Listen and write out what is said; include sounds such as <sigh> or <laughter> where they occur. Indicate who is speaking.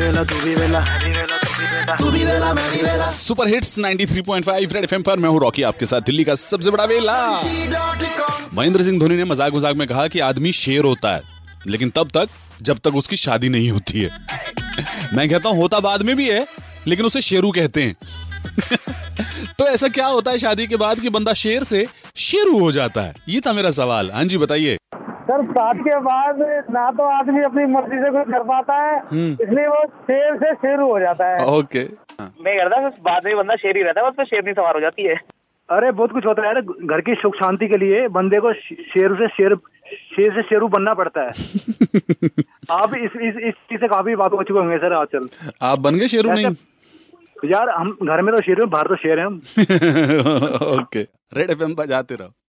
Speaker 1: vela, tú vívela. Tú vívela, me vívela.
Speaker 2: Super hits 93.5 red FM पर मैं हूं Rocky आपके साथ दिल्ली का सबसे बड़ा वेला
Speaker 1: T.com.
Speaker 2: महेंद्र सिंह धोनी ने मजाक मजाक में कहा कि आदमी शेर होता है लेकिन तब तक जब तक उसकी शादी नहीं होती है <laughs> मैं कहता हूं होता बाद में भी है लेकिन उसे शेरू कहते हैं <laughs> तो ऐसा क्या होता है शादी के बाद कि बंदा शेर से शेरू हो जाता है ये था मेरा सवाल हाँ जी बताइए
Speaker 3: सर सात के बाद ना तो आदमी अपनी मर्जी से कुछ कर पाता है इसलिए वो शेर से शेरू हो जाता है
Speaker 2: ओके
Speaker 4: नहीं करता बस बाद में बंदा शेर ही रहता है बस फिर शेरनी सवार हो जाती है
Speaker 3: अरे बहुत कुछ होता है यार घर की सुख शांति के लिए बंदे को शेर से शेर शेर से शेरू बनना पड़ता है आप इस इस इस चीज से काफी बात हो चुके होंगे सर आजकल
Speaker 2: <laughs> आप बन गए शेरू नहीं <laughs>
Speaker 3: यार हम घर में तो शेर हैं बाहर तो शेर हैं हम
Speaker 2: ओके रेड एफएम बजाते रहो